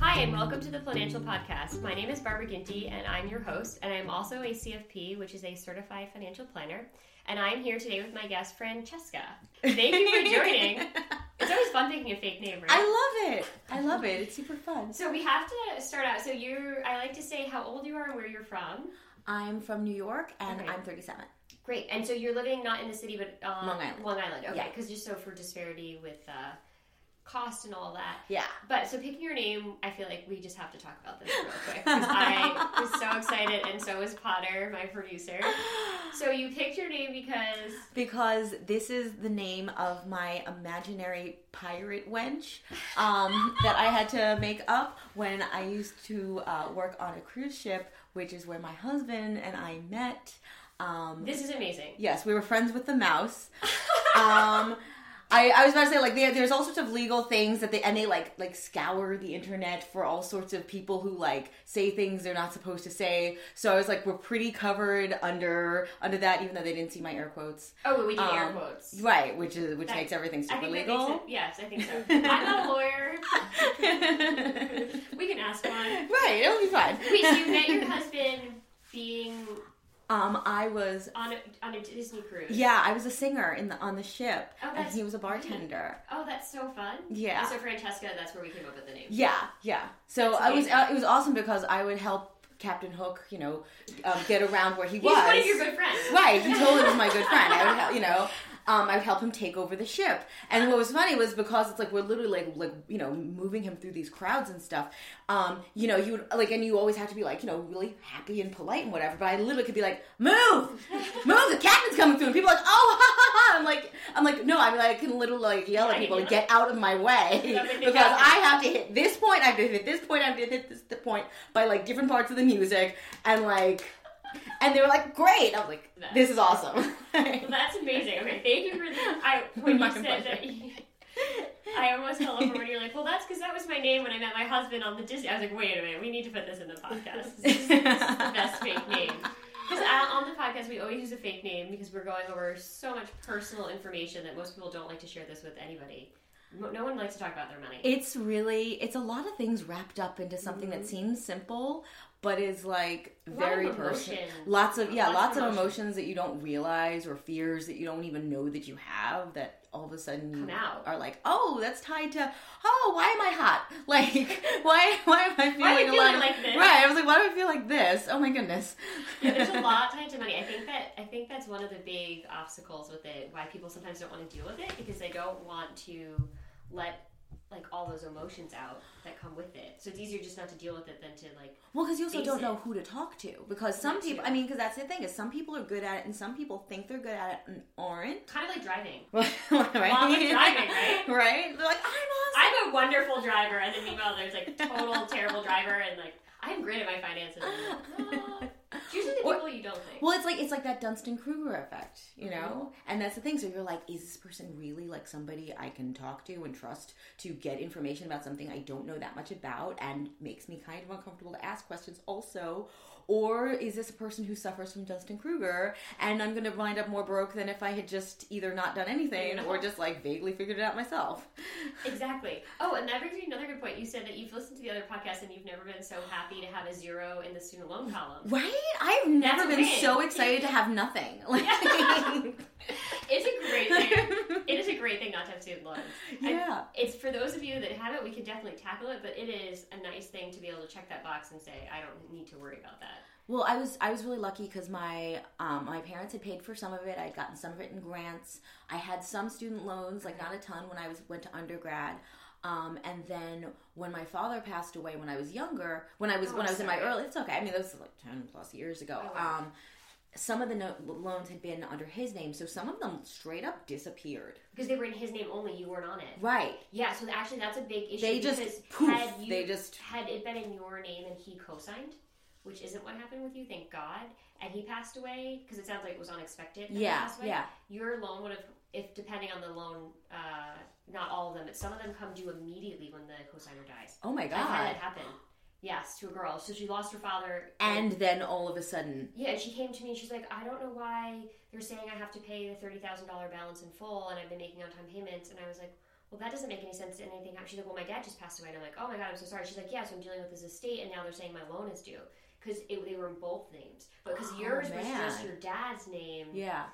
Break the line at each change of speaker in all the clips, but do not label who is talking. Hi, and welcome to the Financial Podcast. My name is Barbara Ginty, and I'm your host, and I'm also a CFP, which is a certified financial planner. And I'm here today with my guest, Francesca. Thank you for joining. It's always fun taking a fake name, right?
I love it. I love it. It's super fun.
so we have to start out. So you're, I like to say how old you are and where you're from.
I'm from New York and
Okay.
I'm 37.
Great. And so you're living not in the city, but um,
Long Island.
Long Island. Okay.
Yeah.
Because just so for disparity with uh, cost and all that.
Yeah.
But so picking your name, I feel like we just have to talk about this real quick because I was so excited, and so was Potter, my producer. So you picked your name because
Because this is the name of my imaginary pirate wench um, that I had to make up when I used to uh, work on a cruise ship, which is where my husband and I met. Um,
this is amazing.
Yes, we were friends with the mouse. um, I, I was about to say like there, there's all sorts of legal things that they and they like like scour the internet for all sorts of people who like say things they're not supposed to say. So I was like, we're pretty covered under under that, even though they didn't see my air quotes.
Oh, we did air
Um,
quotes.
Right, which is which
That-
makes everything
I
super
think that makes
legal.
it- yes, I think so. I'm not a lawyer. we can ask one.
Right, it'll be fine.
Wait, so you met your husband being
um, I was
on a, on a Disney cruise.
yeah, I was a singer in the on the ship,
Oh,
and
that's
he was a bartender.
Oh, that's so fun.
Yeah.
And so Francesca, that's where we came up with the name.
Yeah, yeah. So
That's
I was
amazing.
uh, it was awesome because I would help Captain Hook, you know, um, get around where he
He's
was.
one of your good friends.
Right, he totally was my good friend. I would help, you know. Um, I would help him take over the ship, and what was funny was because it's like we're literally like like you know moving him through these crowds and stuff. Um, you know you would like, and you always have to be like you know really happy and polite and whatever. But I literally could be like, move, move, the captain's coming through, and people are like, oh, ha, ha, ha. I'm like, I'm like, no, I mean I can literally like yell at
Yeah,
people
yeah.
to get out of my way
Yeah, but they
because
got-
I have to hit this point, I have to hit this point, I have to hit this point by like different parts of the music, and like, and they were like, great. I was like, this is awesome.
Well, that's amazing. Okay, thank you for that. I when
My
you said that, I almost fell over when you're like, "Well, that's because that was my name when I met my husband on the Disney." I was like, "Wait a minute, we need to put this in the podcast. This is, this is the best fake name." Because on the podcast, we always use a fake name because we're going over so much personal information that most people don't like to share this with anybody. Mo- No one likes to talk about their money.
it's really, it's a lot of things wrapped up into something that seems simple, but is like
Mm-hmm. lot of
very
emotion.
personal. Lots of yeah,
Lots
lots,
of
of
emotion.
emotions that you don't realize or fears that you don't even know that you have that all of a sudden you
Come out.
are like, oh, that's tied to oh, why am I hot? Like why why am I feeling,
Why are you
a lot
feeling
of-
like this?
Right. I was like, why do I feel like this? Oh my goodness.
Yeah, there's a lot tied to money. I think that I think that's one of the big obstacles with it. Why people sometimes don't want to deal with it because they don't want to let like all those emotions out that come with it. So it's easier just not to deal with it than to like.
Well, because you also
Face
don't know
it.
who to talk to. Because some
That's
people,
true.
I mean, because that's the thing is some people are good at it, and some people think they're good at it and aren't.
Kind of like driving.
right?
Well, with driving, right?
Right? They're like, I'm awesome.
I'm a wonderful driver, and then meanwhile there's like total terrible driver, and like I'm great at my finances. And, like, "No." Usually the
Or-
people you don't think.
Well, it's like it's like that Dunstan Kruger effect, you know. And that's the thing. So you're like, is this person really like somebody I can talk to and trust to get information about something I don't know that much about and makes me kind of uncomfortable to ask questions also, or is this a person who suffers from Dunstan Kruger and I'm going to wind up more broke than if I had just either not done anything or just like vaguely figured it out myself?
Exactly. Oh, and that brings me to another good point. You said that you've listened to the other podcast and you've never been so happy to have a zero in the student loan column.
Right? I've never
That's
been
me.
so excited to have nothing. Like,
It's a great thing. it is a great thing not to have student loans. And
Yeah.
it's for those of you that have it, we can definitely tackle it, but it is a nice thing to be able to check that box and say, I don't need to worry about that.
Well, I was I was really lucky because my um, my parents had paid for some of it. I'd gotten some of it in grants. I had some student loans, like not a ton, when I was went to undergrad. Um, and then when my father passed away, when I was younger, when I was
Oh,
when I was in my
sorry. Oh,
early, it's okay. I mean, this was like ten plus years ago.
wow.
Um, some of the no- loans had been under his name, so some of them straight up disappeared.
Because they were in his name only, you weren't on it.
Right.
Yeah, so actually that's a big issue.
They just
because
poof,
had you,
they just-
had it been in your name and he co-signed, which isn't what happened with you, thank God. And he passed away because it sounds like it was unexpected. that he
Yeah,
passed away,
yeah.
Your loan would have, if depending on the loan, uh, not all of them, but some of them come due immediately when the co-signer dies.
Oh my
I've had
god.
that happen. Yes, to a girl. So she lost her father
And then all of a sudden,
yeah, and she came to me and she's like, I don't know why they're saying I have to pay the thirty thousand dollar balance in full, and I've been making on time payments. And I was like, Well, that doesn't make any sense. And anything happened. She's like, Well, my dad just passed away. And I'm like, Oh my god, I'm so sorry. She's like, Yeah, so I'm dealing with this estate, and now they're saying my loan is due because they were in both names, but because
Oh,
yours was just
man.
your dad's name,
yeah.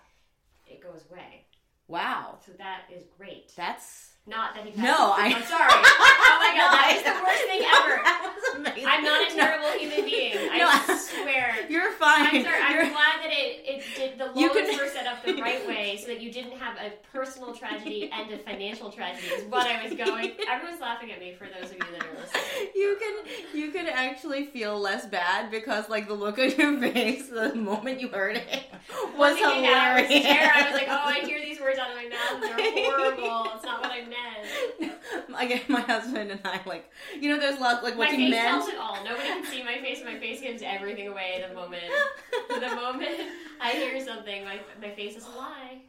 it goes away.
Wow.
So that is great.
That's
Not that he.
No,
passed-
I-
I'm sorry. oh my god,
No,
that
I-
is the worst thing ever.
that was amazing.
I'm not a
No.
terrible human being.
No,
I swear.
You're fine.
I'm sorry.
You're-
I'm glad that it, it did. The
You
loans
could-
were set up the right way so that you didn't have a personal tragedy and a financial tragedy. Is what I was going. Everyone's laughing at me for those of you that are listening.
you can you can actually feel less bad because like the look on your face the moment you heard it was
Looking at that, I was
hilarious.
scared. I was like, oh, I hear these words out of my mouth. and They're horrible. It's not what I meant.
Again, my husband and I like you know there's lots like
My
what
face
you
tells
meant.
it all. Nobody can see my face. My face gives everything away the moment. The moment I hear something, my my face is a lie.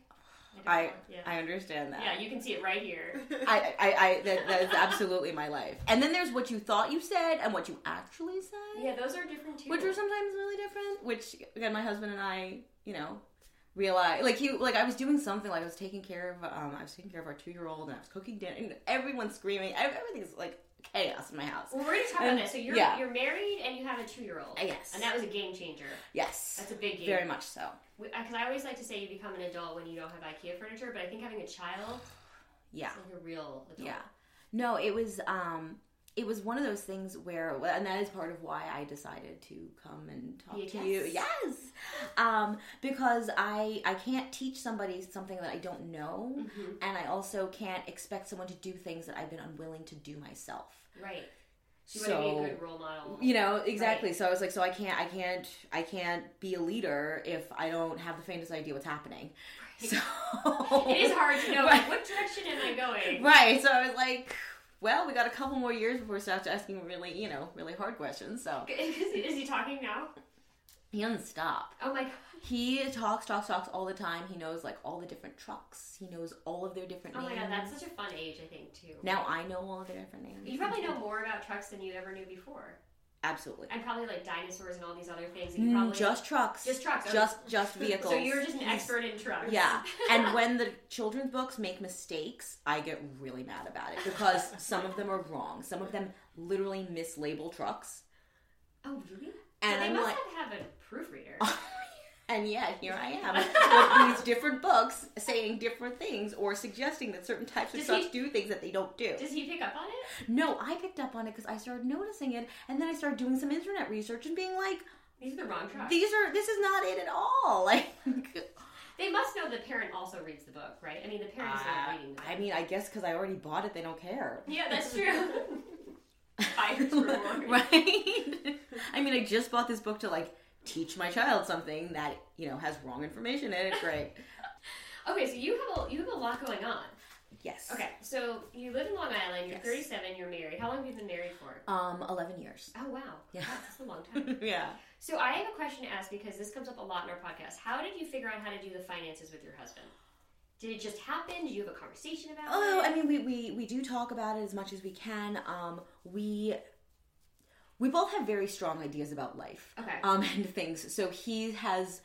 don't
I
know. yeah.
I understand that.
yeah, you can see it right here.
I, I, I that, that is absolutely my life. And then there's what you thought you said and what you actually said.
Yeah, those are different too.
which are sometimes really different. Which again, my husband and I, you know, realize like he like I was doing something like I was taking care of um I was taking care of our two year old and I was cooking dinner and everyone's screaming. Ev- Everything's like chaos in my house.
Well, we're going to talk about
And-
that. So you're
yeah. Uh,
you're married and you have a two year old.
Yes.
And that was a game changer.
Yes,
That's a big game.
very much so.
Because I always like to say you become an adult when you don't have IKEA furniture, but I think having a child
Yeah.
is like a real adult.
Yeah. No, it was um it was one of those things where well, and that is part of why I decided to come and talk
Be a
to you.
guest.
Yes. Um because I I can't teach somebody something that I don't know
Mm-hmm.
and I also can't expect someone to do things that I've been unwilling to do myself.
Right. So you want to be a good role model.
you know exactly so i was like so i can't i can't i can't be a leader if i don't have the faintest idea what's happening so
It is hard to know
Right.
like, what direction am I going?
Right. So I was like, well, we got a couple more years before we start asking really, you know, really hard questions. So
Is, is he talking now?
he doesn't stop.
Oh my god.
He talks, talks, talks all the time. He knows like all the different trucks. He knows all of their different
Oh
names.
my god, that's such a fun age, I think, too.
now I know all of their different names.
You probably know more about trucks than you ever knew before.
Absolutely.
And probably like dinosaurs and all these other things. that you probably,
Mm, Just trucks.
Just trucks, okay.
Just just vehicles.
so you're just an expert in trucks.
Yeah. And when the children's books make mistakes, I get really mad about it because some of them are wrong. Some of them literally mislabel trucks.
Oh, really?
And
so they
I'm
must
like-
have, have a proofreader.
And yet, here I am with these different books saying different things or suggesting that certain types of
Does
trucks
he-
do things that they don't do.
Does he pick up on it?
No, I picked up on it because I started noticing it, and then I started doing some internet research and being like,
These are the wrong trucks.
"These are this is not it at all." Like,
they must know the parent also reads the book, right? I mean, the parent is the one
I
reading the book.
Uh, I mean, I guess because I already bought it, they don't care,
yeah, that's true. Buyer's reward.
right? I mean, I just bought this book to like teach my child something that you know has wrong information in it. Great.
Okay, so you have a you have a lot going on.
Yes.
Okay, so you live in Long Island. You're
Yes.
37. You're married. How long have you been married for?
Um, eleven years.
Oh wow,
Yeah.
that's a long time.
Yeah.
so I have a question to ask because this comes up a lot in our podcast. How did you figure out how to do the finances with your husband? Did it just happen? Did you have a conversation about
Oh,
it?
I mean, we, we we do talk about it as much as we can. Um, we we both have very strong ideas about life.
Okay.
Um, and things. So he has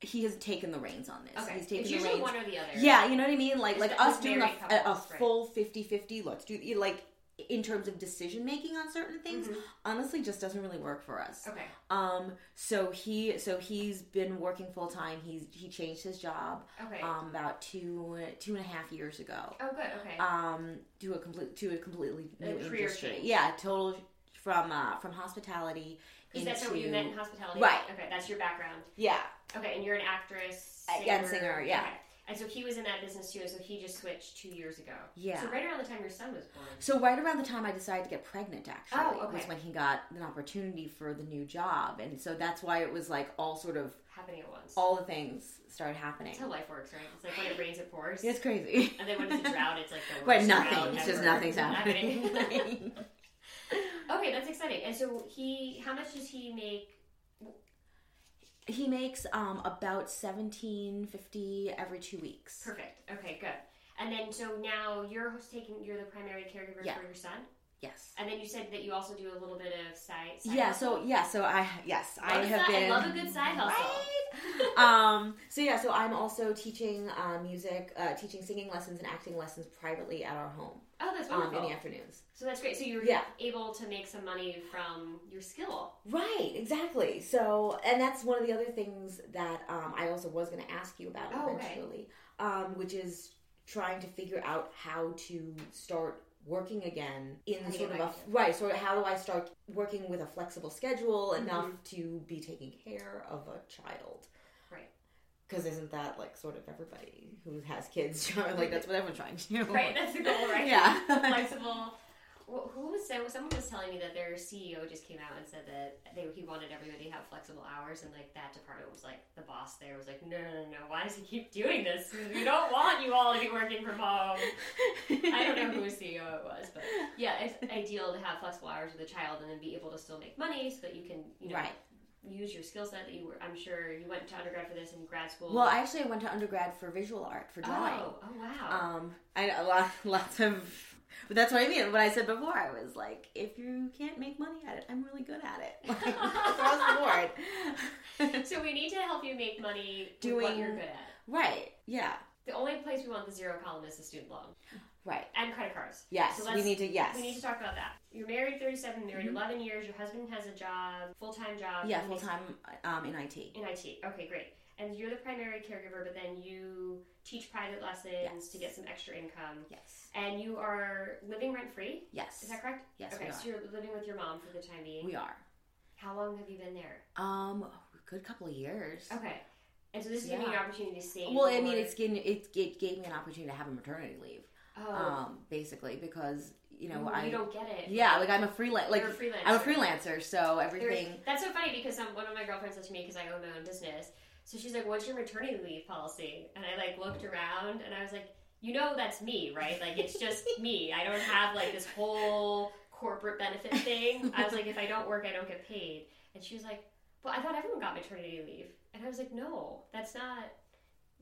he has taken the reins on this.
okay,
He's taken
it's
the
usually
reins.
one or the other.
Yeah, you know what I mean? Like like
Espe-
us
with
doing a,
married
a, a
couples, right.
full 50-50, let's do like in terms of decision making on certain things, honestly just doesn't really work for us.
Mm-hmm. Okay.
Um so he so he's been working full time. He's he changed his job
Okay.
um about two two and a half years ago
Oh, good. Okay.
um to a complete to a completely
A
new
career
industry.
change.
Yeah, total sh- from uh from hospitality
Is that so? You
into-
met in hospitality,
Right.
Okay, that's your background.
Yeah.
Okay, and you're an actress.
Uh, yeah, and singer, yeah.
Okay. And so he was in that business too, and so he just switched two years ago.
Yeah.
So right around the time your son was born.
So right around the time I decided to get pregnant actually
Oh, okay.
was when he got an opportunity for the new job and so that's why it was like all sort of
happening at once.
all the things started happening.
That's how life works, right? It's like when it rains, it pours.
It's crazy.
And then when it's a drought, it's like the
But
worst
nothing.
drought
It's just
ever.
nothing's happening.
Nothing. okay, that's exciting. And so he, how much does he make?
he makes um about seventeen fifty every two weeks.
Perfect. Okay, good. And then so now you're taking, you're the primary caregiver
Yeah.
for your son.
Yes.
And then you said that you also do a little bit of side. side
Yeah,
hustle.
so yeah, so I yes, I
Love a
have
side-
been
I love a good side hustle.
Right? um so yeah, so I'm also teaching uh, music, uh, teaching singing lessons and acting lessons privately at our home
Oh, that's
um,
wonderful.
in the afternoons.
So that's great. So you were
Yeah.
able to make some money from your skill.
Right, exactly. So, and that's one of the other things that um, I also was going to ask you about
Oh, okay.
eventually, um, which is trying to figure out how to start working again in
How to
sort of
get
a
back
right sort of how do I start working with a flexible schedule
Mm-hmm.
enough to be taking care of a child.
Right.
Because isn't that like sort of everybody who has kids? trying- like that's what everyone's trying to do.
Right. That's the goal, right?
Yeah.
Flexible. Wh- Who was so? Someone was telling me that their CEO just came out and said that they, he wanted everybody to have flexible hours, and like that department was like the boss there was like, no, no, no, no. why does he keep doing this? We don't want you all to be working from home. I don't know whose CEO E it was, but yeah, it's ideal to have flexible hours with a child and then be able to still make money so that you can, you know,
Right.
use your skill set that you were. I'm sure you went to undergrad for this in grad school.
Well, I actually went to undergrad for visual art for drawing.
oh, oh wow,
Um, I know a lot, lots of, but that's what I mean. What I said before, I was like, if you can't make money at it, I'm really good at it. Like, across the board.
so we need to help you make money doing
Um, Doing-
what you're good at.
right. Yeah.
The only place we want the zero column is the student loan
Right.
and credit cards.
Yes.
So
we
let's-
need to. Yes. Mm-hmm.
We need to talk about that. You're married 37, married 11 years. Your husband has a job, full time job.
yeah.
and
Full
he's
time um, in IT.
in IT. Okay, great. And you're the primary caregiver, but then you teach private lessons to get some extra income.
Yes.
And you are living rent free.
Yes.
Is that correct?
Yes,
Okay,
we
so
are.
you're living with your mom for the time being.
We are.
How long have you been there?
Um, a good couple of years.
Okay. And so this is giving you
Yeah.
an opportunity to save.
Well, I mean,
for-
it's getting it, it gave me an opportunity to have a maternity leave,
Oh,
um, basically because you know I
you don't get it.
yeah like I'm a freelancer like
You're a freelancer.
I'm a freelancer so
There-
everything
That's so funny because um, one of my girlfriends said to me because I own my own business. So she's like, "What's your maternity leave policy?" And I like looked around and I was like, "You know, that's me, right? Like it's just me. I don't have like this whole corporate benefit thing." I was like, "If I don't work, I don't get paid." And she was like, "Well, I thought everyone got maternity leave." And I was like, "No, that's not.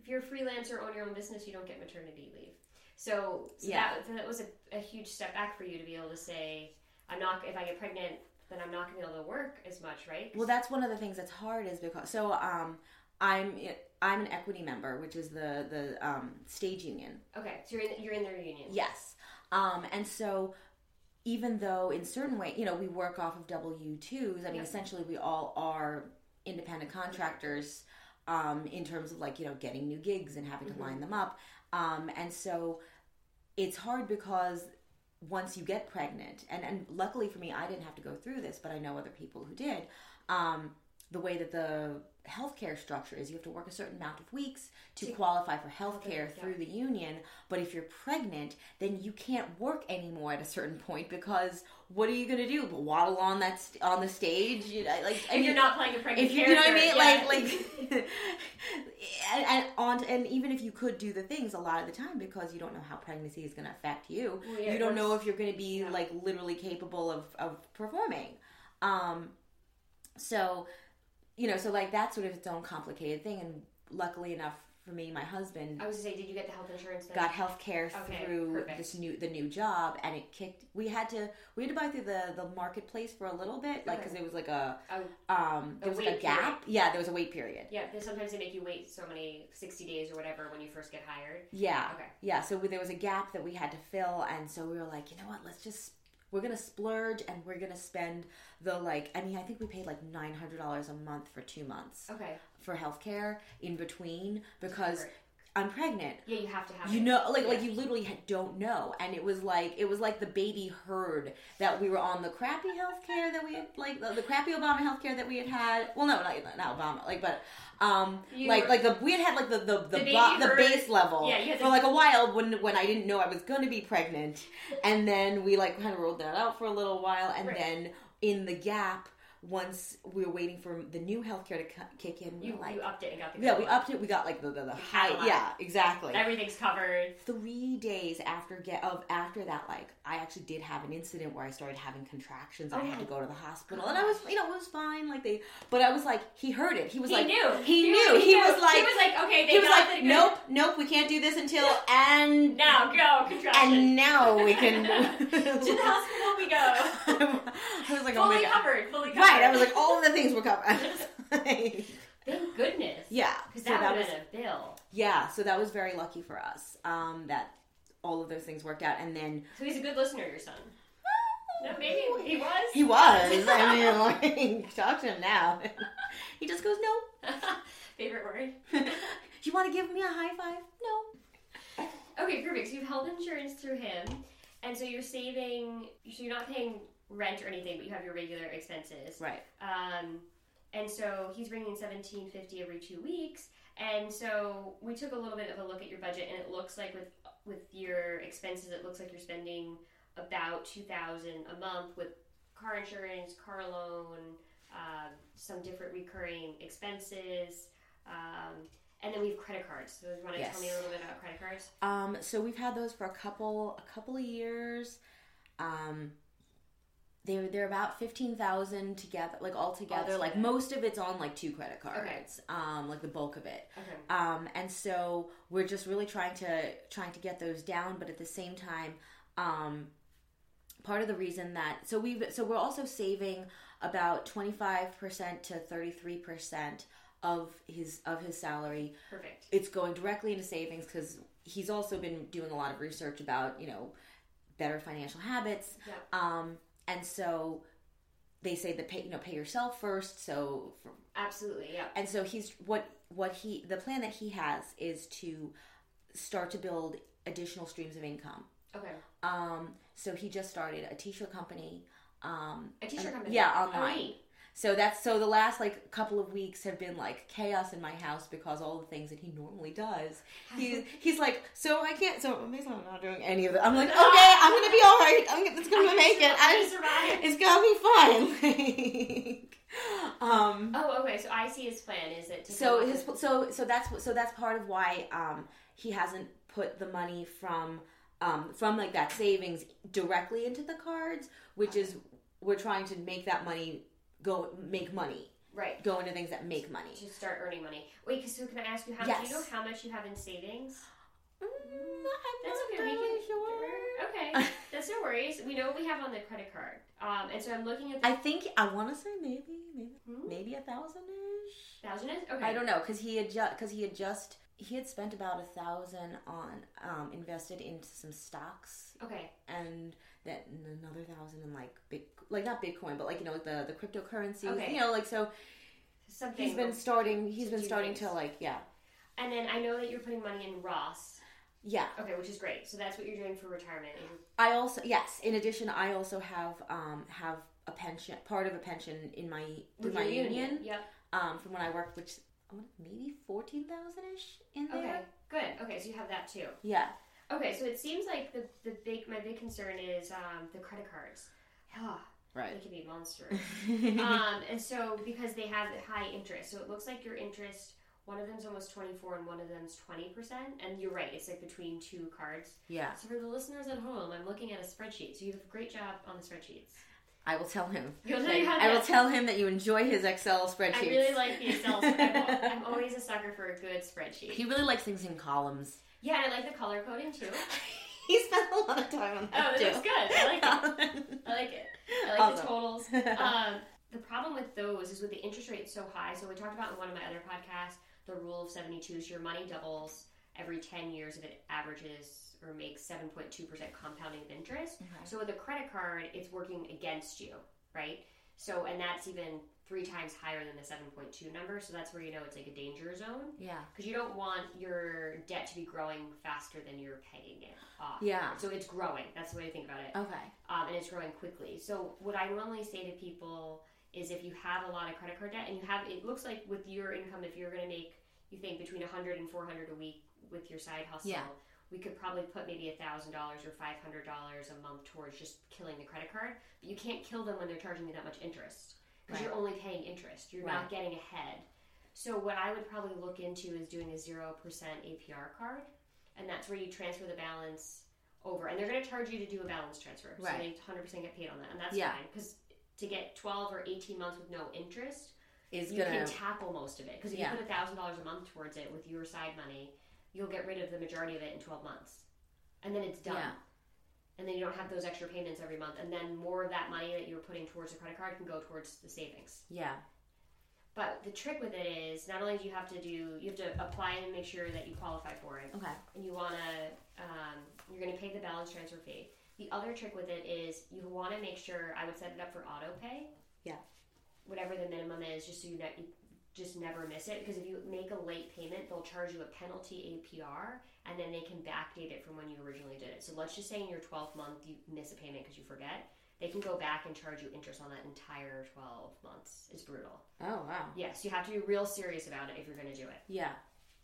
If you're a freelancer, own your own business, you don't get maternity leave." So, so
Yeah.
that, that was a, a huge step back for you to be able to say, I'm not, if I get pregnant, then I'm not going to be able to work as much, right?
Well, that's one of the things that's hard is because so um I'm I'm an equity member, which is the the um, stage union.
okay, so you're in, you're in their union.
Yes, um, and so even though in certain way, you know, we work off of W twos. I mean,
Yeah.
essentially, we all are independent contractors um, in terms of like you know getting new gigs and having to line them up. Um, and so it's hard because once you get pregnant, and, and luckily for me, I didn't have to go through this, but I know other people who did. Um, the way that the healthcare structure is, you have to work a certain amount of weeks to qualify for healthcare through the union. But if you're pregnant, then you can't work anymore at a certain point because what are you gonna do? Waddle on that st- on the stage? You know, like I
If you're
mean-
not playing a pregnant
if you, you know what I mean,
character, yeah.
like like, and, and on and even if you could do the things a lot of the time because you don't know how pregnancy is going to affect you,
Well, yeah,
you don't know
that's-
if you're going to be
yeah.
like literally capable of of performing. Um, so you know, so like that's sort of its own complicated thing. And luckily enough for me, my husband
I was gonna say, did you get the health insurance? Then?
got health care
Okay,
through
perfect.
this new the new job and it kicked we had to we had to buy through the the marketplace for a little bit like because
Okay.
there was like a
Oh,
um
A
there was like a
wait
gap yeah there was a wait period
yeah. There's sometimes they make you wait so many sixty days or whatever when you first get hired.
yeah
Okay.
yeah so there was a gap that we had to fill and so we were like you know what let's just we're gonna splurge and we're gonna spend the like i mean i think we paid like $900 a month for two months
Okay.
for healthcare in between because
Right.
i'm pregnant
Yeah, you have to have.
you
it.
know like
Yeah.
like you literally ha- don't know and it was like it was like the baby herd that we were on the crappy healthcare that we had like the, the crappy obama healthcare that we had had well no not, not obama like but um
You
like
were-
like the we had had like the the the,
The
the,
baby
bo- the
herd-
base level
Yeah, you had
for
the-
like a while when when i didn't know i was going to be pregnant and then we like kind of rolled that out for a little while and
Right.
then in the gap once we were waiting for the new healthcare to cu- kick in we
You,
were like
you upped it and got the.
yeah
good
we
one.
upped it we got like the the, the high
Cadillac.
yeah exactly
Everything's covered.
three days after get of after that like i actually did have an incident where i started having contractions and i
Oh
had to
my
go to the hospital and i was you know it was fine like they but i was like he heard it he was
he
like
knew.
he, knew he, was
knew.
like
He was like, okay, they
he was
got
like,
the good-
nope nope we can't do this until and
Now go contraction.
and now we can
to the hospital we go.
i was like oh my
fully
god
covered. Fully covered.
right i was like all the things were covered
thank goodness.
yeah
Because
so
that,
that
would
was
have been a bill.
yeah so that was very lucky for us um that all of those things worked out and then
So he's a good listener, your son. No, maybe he was.
He was. I mean, like, talk to him now. He just goes, no.
Favorite word.
You want to give me a high five? No.
Okay, perfect. So you have health insurance through him, and so you're saving. So you're not paying rent or anything, but you have your regular expenses.
Right.
Um, and so he's bringing in seventeen fifty every two weeks. And so we took a little bit of a look at your budget, and it looks like with with your expenses, it looks like you're spending about two thousand a month with car insurance, car loan, um, some different recurring expenses. Um, and then we have credit cards. So you want to tell me a
Yes.
little bit about credit cards?
Um, so we've had those for a couple, a couple of years. Um, they're they're about fifteen thousand together, like all together. Like
Altogether.
most of it's on like two credit cards. Um, like the bulk of it.
Okay.
um, and so we're just really trying to trying to get those down but at the same time um, part of the reason that so we've so we're also saving about 25% to 33% of his of his salary
Perfect.
it's going directly into savings because he's also been doing a lot of research about you know better financial habits
Yeah.
um, and so they say that pay you know pay yourself first so for,
Absolutely. Yeah.
and so he's what what he the plan that he has is to start to build additional streams of income
Okay.
um so he just started a t-shirt company um
A t-shirt
and-
company.
yeah
Oh,
online
neat.
so that's so the last like couple of weeks have been like chaos in my house because all the things that he normally does. He he's like, so I can't. So basically, I'm not doing any of it. I'm like, okay, I'm gonna be all right. I'm gonna, it's gonna
I
make it. I
survived. I survived.
it's gonna be fine. Like, um,
Oh, okay. So I see his plan. Is it to
so
come up
his
with-
so so that's what- so that's part of why um he hasn't put the money from um from like that savings directly into the cards which is we're trying to make that money go make money
right
go into things that make money
to start earning money. Wait, 'cause so can I ask you how do
Yes.
you know how much you have in savings?
Mm, i'm
That's
not
okay. We
really
can
sure
Okay, that's no worries. We know what we have on the credit card. Um, and so I'm looking at the
i think i want to say maybe maybe
Hmm?
maybe a thousand ish
thousand. is- Okay,
I don't know because he had just because he had just he had spent about a thousand on um, invested into some stocks
Okay,
and that and another thousand in like big like not Bitcoin but like you know like the the cryptocurrency
Okay.
you know like so
something.
he's been starting he's been
Do
starting to
things.
like yeah
and then I know that you're putting money in Ross.
yeah
Okay, which is great. So that's what you're doing for retirement.
I also yes in addition I also have um have a pension part of a pension in my through
With
my
your
union,
Yep.
um from when I worked which I want maybe fourteen thousand ish in there
Okay. Good. Okay, so you have that too.
yeah
Okay, so it seems like the, the big my big concern is um, the credit cards. Ah,
Right.
They can be monsters. um, and so because they have high interest, so it looks like your interest. One of them's almost twenty four, and one of them's twenty percent. And you're right; it's like between two cards.
Yeah.
So for the listeners at home, I'm looking at a spreadsheet. So you have a great job on the spreadsheets.
I will tell him.
You'll tell
that-
you how
I will
to-
tell him that you enjoy his Excel spreadsheets.
I really like the Excel. spread. I'm always a sucker for a good spreadsheet.
He really likes things in columns.
Yeah, and I like the color coding too.
He spent a lot of time on
Oh,
that
it
too.
looks good. I like it. I like it. I like
Awesome.
the totals. Um, the problem with those is with the interest rate so high. So we talked about in one of my other podcasts the rule of seventy two. So your money doubles every ten years if it averages or makes seven point two percent compounding of interest. So with a credit card, it's working against you, right? So and that's even three times higher than the seven point two number. So that's where you know it's like a danger zone.
yeah.
Because you don't want your debt to be growing faster than you're paying it off.
Yeah.
So it's growing. That's the way to think about it
Okay.
um, and it's growing quickly. So what I normally say to people is if you have a lot of credit card debt and you have it looks like with your income if you're going to make you think between 100 and 400 a week with your side hustle
Yeah.
we could probably put maybe $1000 or $500 a month towards just killing the credit card but you can't kill them when they're charging you that much interest because you're only paying interest you're
Right.
not getting ahead so what i would probably look into is doing a 0% apr card and that's where you transfer the balance over and they're going to charge you to do a balance transfer so
Right.
they 100% get paid on that and that's
Yeah.
fine because to get 12 or 18 months with no interest
Is
you
gonna
can tackle most of it because if
Yeah.
you put $1000 a month towards it with your side money you'll get rid of the majority of it in 12 months and then it's done
Yeah.
and then you don't have those extra payments every month and then more of that money that you were putting towards the credit card can go towards the savings
yeah.
but the trick with it is not only do you have to do you have to apply and make sure that you qualify for it
Okay.
and you want to um, you're going to pay the balance transfer fee the other trick with it is you want to make sure i would set it up for auto pay
Yeah.
whatever the minimum is just so you, ne- you just never miss it because if you make a late payment they'll charge you a penalty apr and then they can backdate it from when you originally did it so let's just say in your 12th month you miss a payment because you forget they can go back and charge you interest on that entire 12 months it's brutal
Oh wow.
yes you have to be real serious about it if you're going to do it
Yeah.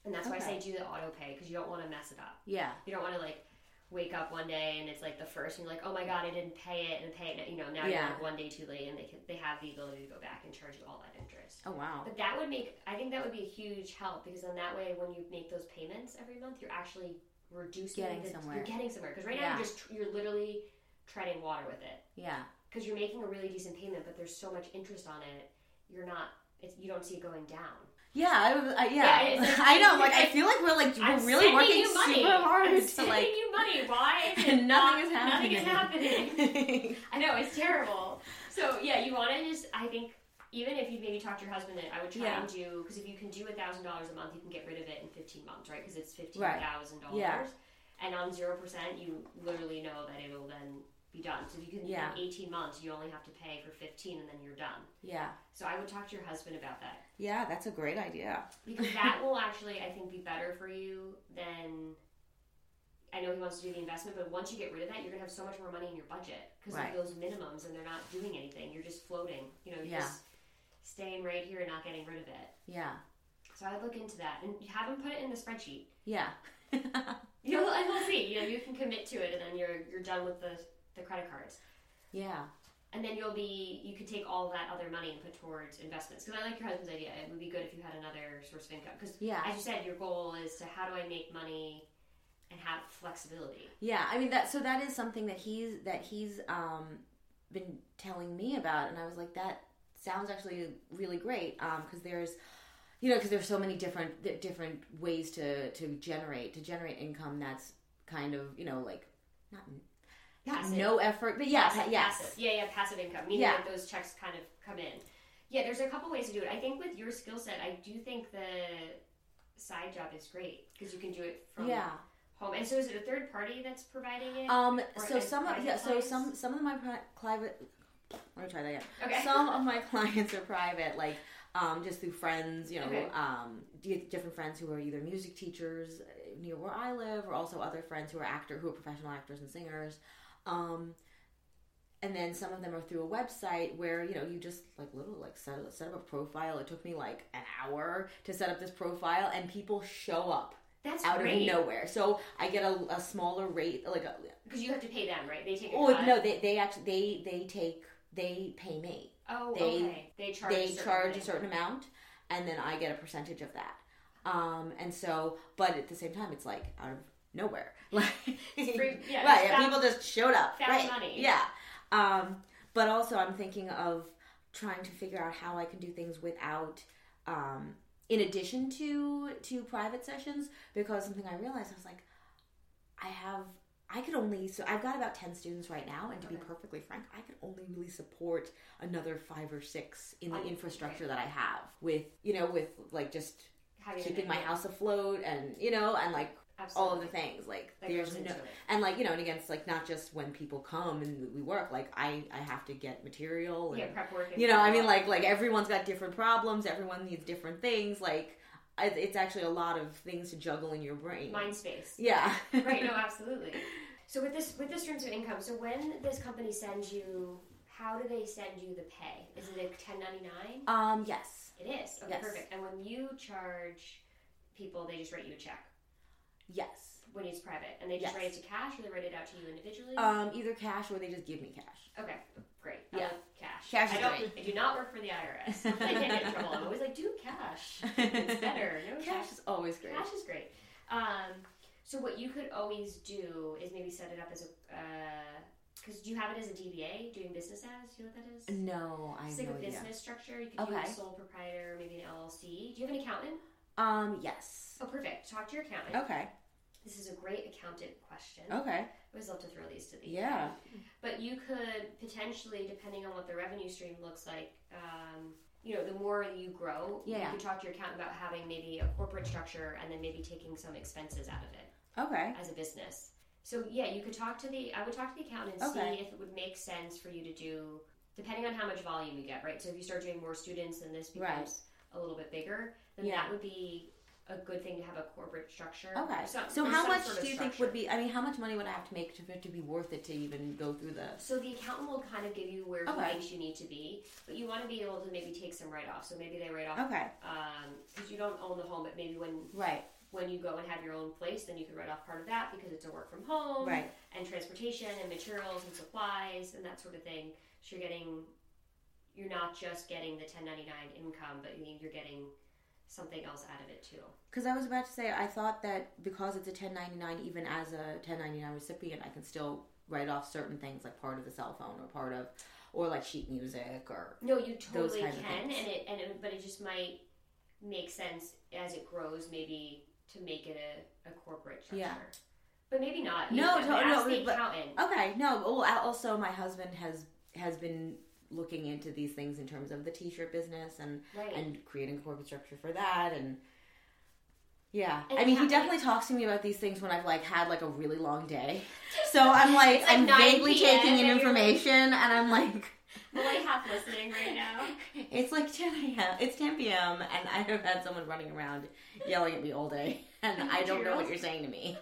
and that's why
Okay.
i say do the auto pay because you don't want to mess it up
Yeah.
you don't want to like wake up one day and it's like the first, and you're like, oh my god, I didn't pay it, and pay it. You know, now you're
Yeah.
like one day too late, and they can, they have the ability to go back and charge you all that interest.
Oh wow.
But that would make I think that would be a huge help because then that way, when you make those payments every month, you're actually reducing
Getting
the-
somewhere.
You're getting somewhere because right now
Yeah.
you're just you're literally treading water with it
Yeah.
because you're making a really decent payment, but there's so much interest on it, you're not. It's, you don't see it going down.
Yeah, I, was- I
Yeah,
yeah,
it's-
I know. Like, I
it's-
feel like we're like we're
I'm
really
sending
working
you money.
super hard
I'm
to
sending
like,
you money. Why? Is it
and
not-
nothing is happening.
Nothing is happening. I know it's terrible. So yeah, you want to just I think even if you maybe talk to your husband, I would try
Yeah.
and do because if you can do a thousand dollars a month, you can get rid of it in fifteen months, right? Because it's fifteen
Right.
thousand
Yeah.
dollars, and on zero percent, you literally know that it'll then be done. So if you can
Yeah.
in eighteen months, you only have to pay for fifteen, and then you're done.
yeah,
So I would talk to your husband about that
yeah, that's a great idea.
because that will actually I think be better for you than. I know he wants to do the investment, but once you get rid of that, you're gonna have so much more money in your budget because
Right.
of those minimums, and they're not doing anything. You're just floating. You know, you're
Yeah.
just staying right here and not getting rid of it.
Yeah,
So I would look into that and have him put it in the spreadsheet.
yeah,
You know, and we'll see. You know, you can commit to it, and then you're you're done with the the credit cards.
yeah,
And then you'll be you could take all that other money and put towards investments. Because I like your husband's idea. It would be good if you had another source of income. Because
Yeah.
as you said, your goal is to how do I make money and have flexibility.
yeah. I mean that. So that is something that he's that he's um been telling me about, and I was like, that sounds actually really great. Um, because there's you know, because there's so many different th- different ways to to generate to generate income. That's kind of you know like not not
Passive.
no effort, but yeah, pa- yes,
Passive. Yeah, yeah, passive income. Meaning
Yeah.
that those checks kind of come in. Yeah, there's a couple ways to do it. I think with your skill set, I do think the side job is great because you can do it from
yeah.
home. And so is it a third party that's providing it?
Um.
Or
So
like
some of
private
yeah. So
clients?
some some of my pri- private. Let me try that again.
Okay.
Some of my clients are private, like um, just through friends, you know,
Okay.
um, d- different friends who are either music teachers uh, near where I live, or also other friends who are actor who are professional actors and singers. Um, and then some of them are through a website where you know you just like literally like set, set up a profile. It took me like an hour to set up this profile, and people show up.
That's
out
great.
of nowhere. So I get a, a smaller rate, like a,
Because you have to pay them, right? They take. A
oh
cut.
no, they they actually they they take they pay me.
Oh,
they-
okay. They charge. a
they
certain
charge
thing.
a certain amount, and then I get a percentage of that. Um, and so, but at the same time, it's like out of nowhere, like
free- yeah,
right?
it's
yeah,
fast-
people just showed up,
fast
right?
money.
Yeah. Um, but also, I'm thinking of trying to figure out how I can do things without. Um, in addition to to private sessions, because something I realized I was like, I have I could only so I've got about ten students right now, and to be perfectly frank, I could only really support another five or six in the
Um,
infrastructure that I have with you know with like just
Having an
keeping my
income.
house afloat and you know and like all of
Absolutely.
the things like
That
there's
goes
no
into it.
and like you know and again it's like not just when people come and we work like I I have to get material and
Yeah, prep work. and
Oh, you know
prep
I mean
work.
like like everyone's got different problems everyone needs different things like I- it's actually a lot of things to juggle in your brain
mind space.
yeah
right. No, absolutely. So with this with this streams of income, so when this company sends you, how do they send you the pay? Is it a ten ninety nine?
um yes
It is. Okay,
Yes.
perfect. And when you charge people, they just write you a check
Yes.
when it's private, and they just
Yes.
write it to cash, or they write it out to you individually.
Um, either cash or they just give me cash.
okay, great. I
yeah.
love cash.
Cash
I
is
don't.
great.
I do not work for the IRS. I can't get in trouble. I'm always like, do cash. It's better. No
Cash is always great.
Cash is great. Um, so what you could always do is maybe set it up as a because do you have it as a DBA, doing business as. Do you know what that is?
No, I
It's
have
like
no
a
idea.
business structure. You could do a
Okay.
sole proprietor, or maybe an LLC. Do you have an accountant?
Um, yes.
Oh, perfect. Talk to your accountant.
Okay.
This is a great accountant question.
Okay.
I always love to throw these to the
Oh. Yeah.
But you could potentially, depending on what the revenue stream looks like, um, you know, the more you grow, you
Yeah.
could talk to your accountant about having maybe a corporate structure and then maybe taking some expenses out of it.
Okay.
as a business. So yeah, you could talk to the I would talk to the accountant and
Okay.
see if it would make sense for you to do depending on how much volume you get, right? So if you start doing more students and this
Right.
becomes a little bit bigger, then
Yeah.
that would be a good thing to have a corporate structure.
Okay.
Some-
So
or
how
some
much
sort of
do you think
structure.
would be? I mean, how much money would I have to make to, for it to be worth it to even go through the?
So the accountant will kind of give you where
Okay.
he thinks you need to be, but you want to be able to maybe take some write offs. So maybe they write off
Okay.
because you don't own the home, but maybe when
Right.
when you go and have your own place, then you can write off part of that because it's a work from home
Right.
and transportation and materials and supplies and that sort of thing. So you're getting, you're not just getting the 1099 income, but you- you're getting something else out of it too.
Because I was about to say, I thought that because it's a 1099, even as a 1099 recipient, I can still write off certain things like part of the cell phone or part of, or like sheet music or.
No, you
Those
totally
kind of
can, and
things.
it and it, but it just might make sense as it grows, maybe to make it a, a corporate structure.
Yeah.
But maybe not. You
No,
know,
to-
ask
no,
the
but-
accountant.
Okay, no. Well, I- also my husband has has been looking into these things in terms of the t-shirt business and
Right.
and creating a corporate structure for that and yeah.
And
I mean,
how-
he definitely talks to me about these things when I've like had like a really long day. So I'm like,
like
I'm
9
vaguely
PM,
taking in
and you're like-
information and I'm like
I'm only half listening right now.
it's like 10 a.m. It's 10 p.m. and I have had someone running around yelling at me all day and I don't know what you're saying to me.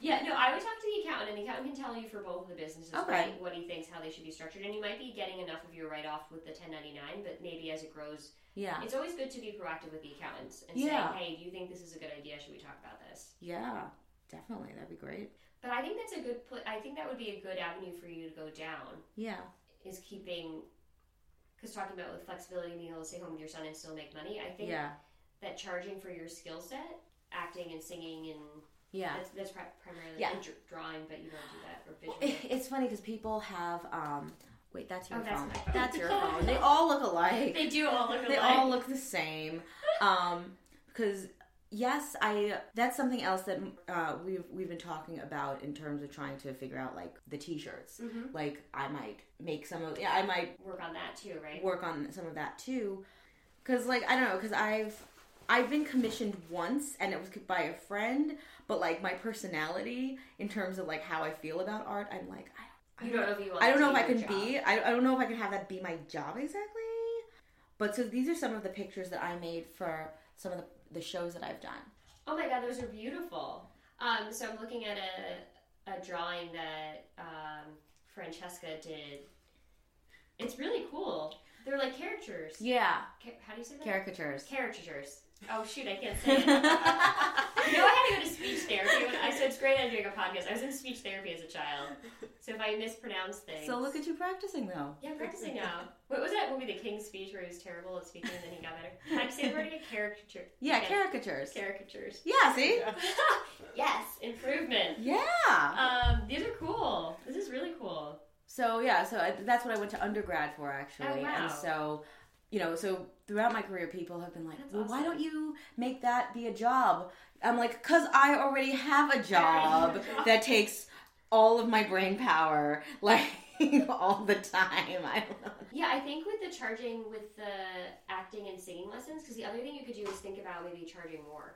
Yeah, no, I would talk to the accountant, and the accountant can tell you for both of the businesses
Okay.
right, what he thinks, how they should be structured, and you might be getting enough of your write off with the 1099, but maybe as it grows,
Yeah.
it's always good to be proactive with the accountants and
Yeah.
saying, hey, do you think this is a good idea? Should we talk about this?
Yeah. Definitely. That'd be great.
But I think that's a good, pl- I think that would be a good avenue for you to go down
Yeah.
is keeping, because talking about with flexibility and being able to stay home with your son and still make money, I think
Yeah.
that charging for your skill set, acting and singing and
Yeah.
that's, that's pri- primarily
Yeah.
and dr- drawing, but you don't do that or
Well,
visual.
it- It's funny because people have. um Wait, that's your
Oh, that's
phone.
my phone.
That's your phone. They all look alike.
They do all look alike.
They all look the same. Um, because yes, I. That's something else that uh, we've we've been talking about in terms of trying to figure out like the t-shirts.
Mm-hmm.
Like I might make some of. Yeah, I might
work on that too, right?
work on some of that too because like i don't know because i've i've been commissioned once and it was by a friend but like my personality in terms of like how i feel about art i'm like i, I
You don't know if you want
i don't
that
know
to
if i
be
can
your
be I, I don't know if i can have that be my job exactly but so these are some of the pictures that i made for some of the, the shows that i've done
Oh my god, those are beautiful. Um, so I'm looking at a, a drawing that um, Francesca did. It's really cool. They're like caricatures.
yeah
Ca- how do you say that?
caricatures
Caricatures. Oh shoot, I can't say it. no, I had to go to speech therapy. When I, so it's great I'm doing a podcast. I was in speech therapy as a child, so if I mispronounce things.
So look at you practicing though.
yeah, I'm practicing now. What was that movie, The King's Speech, where he was terrible at speaking and then he got better? How'd you say the word again? Caricature.
Yeah,
Okay.
caricatures.
Caricatures.
yeah, see?
yes, improvement.
Yeah.
Um, these are cool. This is really cool.
So yeah, so I, that's what I went to undergrad for actually,
Oh, wow.
and so you know, so throughout my career, people have been like,
That's
"Well, why
awesome.
don't you make that be a job?" I'm like, "Cause I already have a job that takes all of my brain power, like all the time." I don't know.
Yeah, I think with the charging with the acting and singing lessons, because the other thing you could do is think about maybe charging more.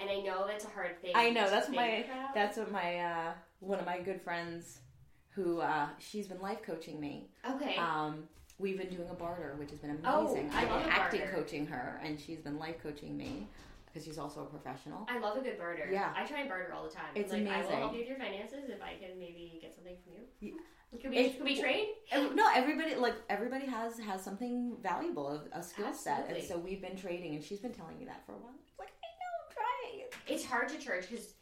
And I know that's a hard thing.
I know
to
that's
think
my
about.
that's what my uh, one of my good friends, who uh, she's been life coaching me.
okay.
Um, we've been doing a barter, which has been
Oh,
amazing.
I
I've
love
been
a
acting
barter.
coaching her, and she's been life coaching me because she's also a professional.
I love a good barter.
Yeah.
I try and barter all the time.
It's
like, I will
amazing.
help you with your finances if I can maybe get something from you. Could we,
If-
could we trade?
And no, everybody like everybody has has something valuable, a, a skill set, and
Absolutely.
so we've been trading, and she's been telling me that for a while. It's like I know, I'm trying.
It's hard to charge because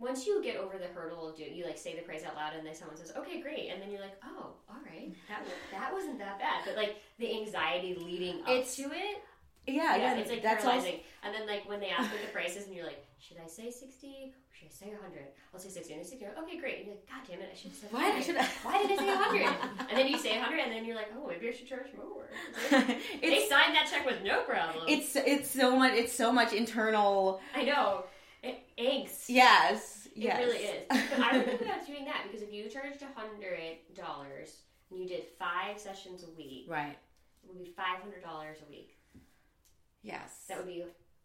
once you get over the hurdle of doing, you like say the praise out loud and then someone says, okay, great. And then you're like, oh, all right. That, was, that wasn't that bad. But like the anxiety leading up
It's-
to it.
Yeah,
yeah,
again,
it's like
that's also
paralyzing. And then like when they ask what the price is, and you're like, should I say sixty? Should I say hundred? I'll say sixty. And they say, okay, great. And you're like, god damn it, I should have said.
Why did I
100.
should I-
Why did I say hundred? and then you say hundred, and then you're like, oh, maybe I should charge more. they
it's
signed that check with no problem.
it's it's so much it's so much internal.
I know, it, angst.
Yes,
it
yes,
really is. But I would think about doing that because if you charged hundred dollars and you did five sessions a week,
right.
it would be five hundred dollars a week.
Yes,
That would be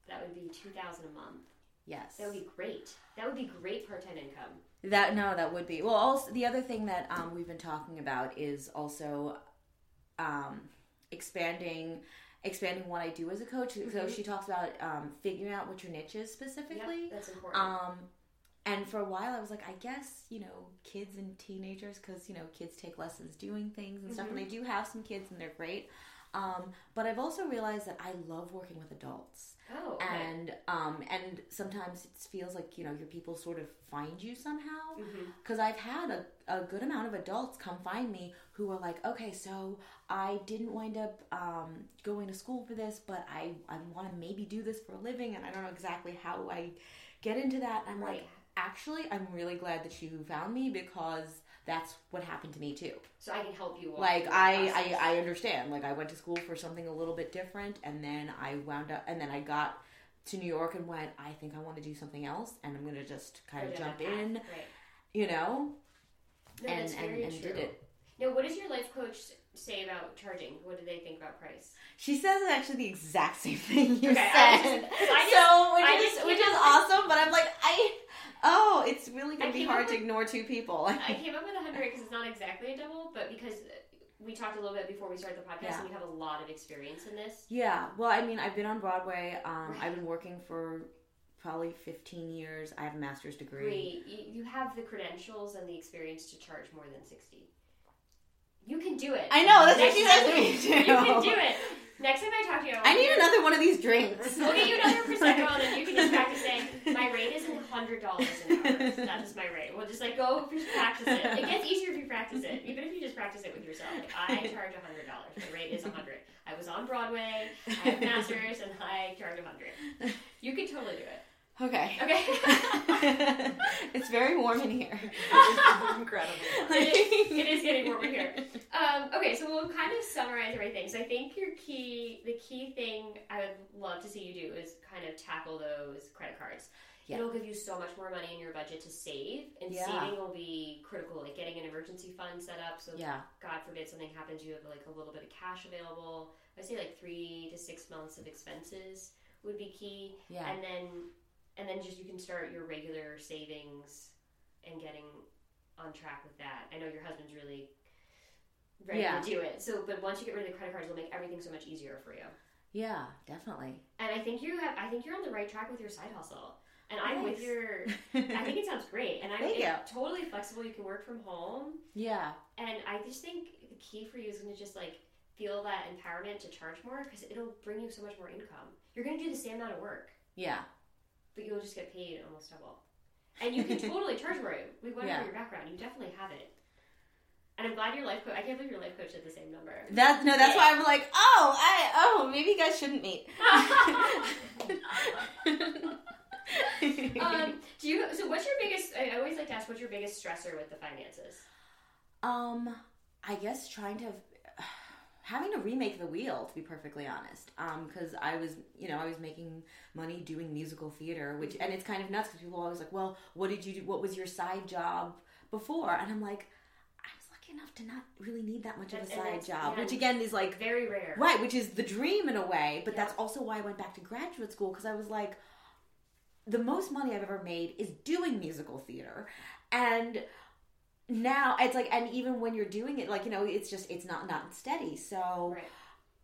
that would be two thousand a month.
yes.
That would be great. That would be great part time income.
That no, that would be well. Also, the other thing that um, we've been talking about is also um, expanding, expanding what I do as a coach. So she talks about um, figuring out what your niche is specifically.
Yep, that's important.
Um, and for a while, I was like, I guess you know, kids and teenagers, because you know, kids take lessons doing things and stuff, and I do have some kids, and they're great. Um, but I've also realized that I love working with adults
oh, okay.
and um and sometimes it feels like you know your people sort of find you somehow
Mm-hmm.
because i've had a, a good amount of adults come find me who are like okay so i didn't wind up um, going to school for this but i i want to maybe do this for a living and i don't know exactly how i get into that i'm like
Right.
actually i'm really glad that you found me because that's what happened to me too
so I can help you. Walk
like
through the
I,
process.
I i understand like i went to school for something a little bit different and then i wound up and then i got to new york and went i think i want to do something else and i'm gonna just kind of
Right,
jump
yeah,
in
Right.
you know
No,
and
that's
and,
very
and
true.
did it
Now, what does your life coach say about charging? What do they think about price?
she says actually the exact same thing you
Okay, I
said
just- I
so which
I
is
just
which
keep-
is awesome but i'm like i oh it's really gonna
I
be
keep
hard
up
to
with-
ignore two people
I came up with a hundred because it's not exactly a double, but because we talked a little bit before we started the podcast,
Yeah.
and you have a lot of experience in this.
Yeah, well, I mean, I've been on Broadway. Um, I've been working for probably 15 years. I have a master's degree.
Great. You, you have the credentials and the experience to charge more than sixty. You can do it.
I know, that's what
Next
she said to
time-
me, too.
You can do it. Next time I talk to you,
I
want
need
you-
another one of these drinks.
We'll get you another prosecco, and then you can just practice saying, "My rate is hundred dollars an hour. That is my rate." We'll just like go just practice it. It gets easier if you practice it, even if you just practice it with yourself. Like I charge hundred dollars. My rate is hundred. I was on Broadway. I have masters, and I charge hundred. You can totally do it.
Okay.
Okay.
it's very warm in here.
Incredible.
it, is, it is getting warmer here. Um, okay, so we'll kind of summarize everything. So I think your key, the key thing I would love to see you do is kind of tackle those credit cards.
Yeah.
It'll give you so much more money in your budget to save, and
Yeah.
saving will be critical. Like getting an emergency fund set up, so
Yeah.
God forbid something happens, you have like a little bit of cash available. I'd say like three to six months of expenses would be key.
Yeah.
And then and then just you can start your regular savings and getting on track with that. I know your husband's really ready
Yeah.
to do it. So but once you get rid of the credit cards it'll make everything so much easier for you.
Yeah, definitely.
And I think you have I think you're on the right track with your side hustle. And I'm with
Nice.
your I think it sounds great. And I'm
Thank you.
it's totally flexible. You can work from home.
Yeah.
And I just think the key for you is going to just like feel that empowerment to charge more because it'll bring you so much more income. You're going to do the same amount of work,
Yeah.
but you'll just get paid almost double. And you can totally charge more. We went
Yeah.
over your background. You definitely have it. And I'm glad your life coach. I can't believe your life coach had the same number.
That no, that's why I'm like, oh, I oh, maybe you guys shouldn't meet.
um, do you? So, what's your biggest? I I always like to ask, what's your biggest stressor with the finances?
Um, I guess trying to having to remake the wheel to be perfectly honest um because i was you know i was making money doing musical theater which and it's kind of nuts because people are always like well what did you do what was your side job before and i'm like i was lucky enough to not really need that much of a
That's- and
side
that's-
job
yeah.
which again is like
Very rare.
Right, which is the dream in a way, but
Yeah.
that's also why I went back to graduate school because I was like, the most money I've ever made is doing musical theater. And now it's like, and even when you're doing it, like, you know, it's just, it's not, not steady. So,
Right.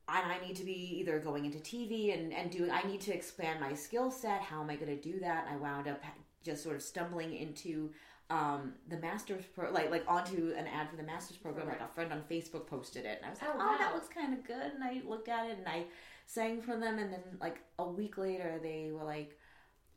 and I need to be either going into TV and, and doing, I need to expand my skill set. How am I going to do that? I wound up ha- just sort of stumbling into um, the master's pro, like, like onto an ad for the master's program. Like a friend on Facebook posted it. And I was like,
Oh,
oh,
wow.
that looks kind of good. And I looked at it and I sang for them. And then like a week later, they were like,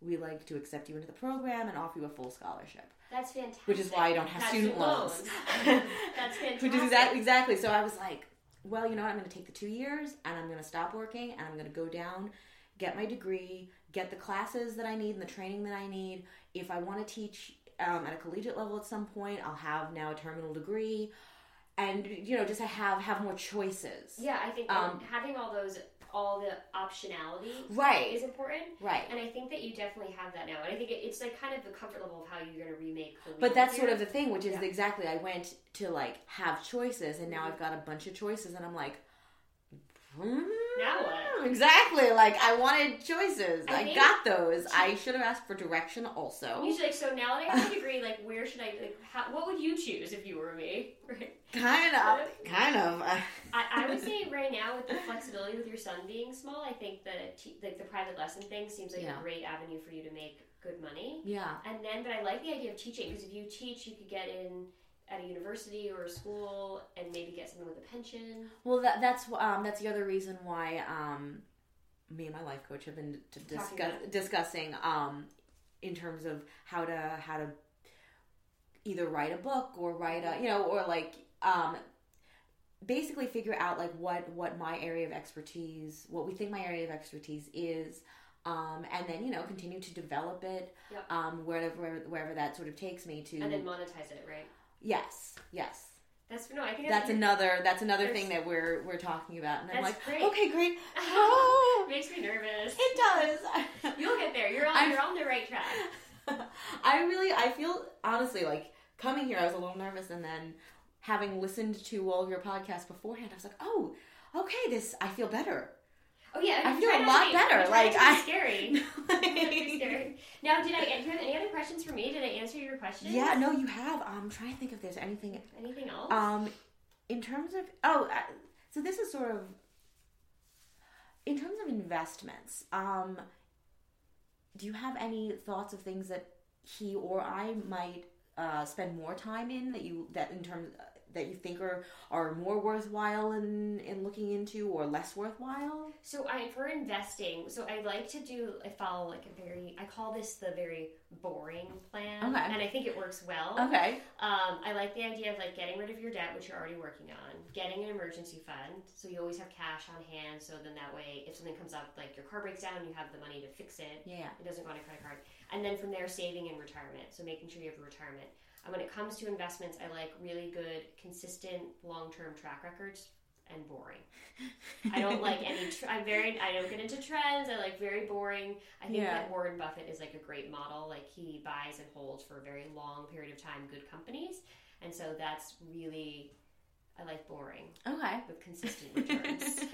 we like to accept you into the program and offer you a full scholarship.
That's fantastic.
Which is why I don't have student loans.
That's fantastic.
Which is exactly exactly. So I was like, well, you know what? I'm going to take the two years and I'm going to stop working and I'm going to go down, get my degree, get the classes that I need and the training that I need. If I want to teach um, at a collegiate level at some point, I'll have now a terminal degree, and you know, just to have have more choices.
Yeah, I think
Um,
um, having all those, all the optionality
Right.
is important.
Right.
And I think that you definitely have that now. And I think it, it's like kind of the comfort level of how you're going to remake the
But
wheel
that's
here.
sort of the thing, which is exactly I went to like have choices, and now I've got a bunch of choices, and I'm like, hmm.
Now what?
Mm, Exactly. Like I wanted choices.
I
I,
think-
got those. I should have asked for direction also.
Usually, like, so now that I have a degree, like, where should I, like, how, what would you choose if you were me? Right.
Kind of. Kind of.
I, I would say right now, with the flexibility with your son being small, I think the, t- like, the private lesson thing seems like
Yeah.
a great avenue for you to make good money.
yeah.
And then, but I like the idea of teaching because if you teach, you could get in at a university or a school and maybe get something with a pension.
Well, that, that's wh- um, that's the other reason why um, me and my life coach have been d- discuss,
about
discussing um, in terms of how to how to either write a book or write a you know or like um, basically figure out like what what my area of expertise what we think my area of expertise is. Um, and then you know continue to develop it
Yep.
um, wherever wherever that sort of takes me to
And then monetize it, right?
yes yes
That's no, I think
that's
a-
another that's another
There's-
thing that we're we're talking about and i'm
That's
like
great.
okay great oh
makes me nervous.
it does
You'll get there. You're on.
I'm-
you're on the right track.
i really i feel honestly like coming here i was a little nervous and then having listened to all your podcasts beforehand i was like oh okay this i feel better
Oh yeah,
I
you
feel
try
a
not
lot
to be-
better,
you try
like,
not to be
I-
scary. Not to be scary. Now, did I? Do you have any other questions for me? Did I answer your question?
yeah no you have i'm trying to think if there's anything
Anything else?
Um, in terms of oh, uh, so this is sort of in terms of investments. Um, do you have any thoughts of things that he or I might uh, spend more time in that you that in terms uh, that you think are are more worthwhile in in looking into or less worthwhile?
So I for investing, so I like to do I follow like a very I call this the very boring plan.
Okay.
And I think it works well.
Okay.
Um, I like the idea of like getting rid of your debt, which you're already working on, getting an emergency fund, so you always have cash on hand. So then that way, if something comes up, like your car breaks down, you have the money to fix it.
Yeah.
It doesn't go on a credit card. And then from there, saving and retirement. So making sure you have a retirement. And when it comes to investments, I like really good, consistent, long-term track records and boring. I don't like any. Tr- I'm very. I don't get into trends. I like very boring. I think
Yeah.
that Warren Buffett is like a great model. Like he buys and holds for a very long period of time good companies, and so that's really. I like boring
Okay.
with consistent returns. so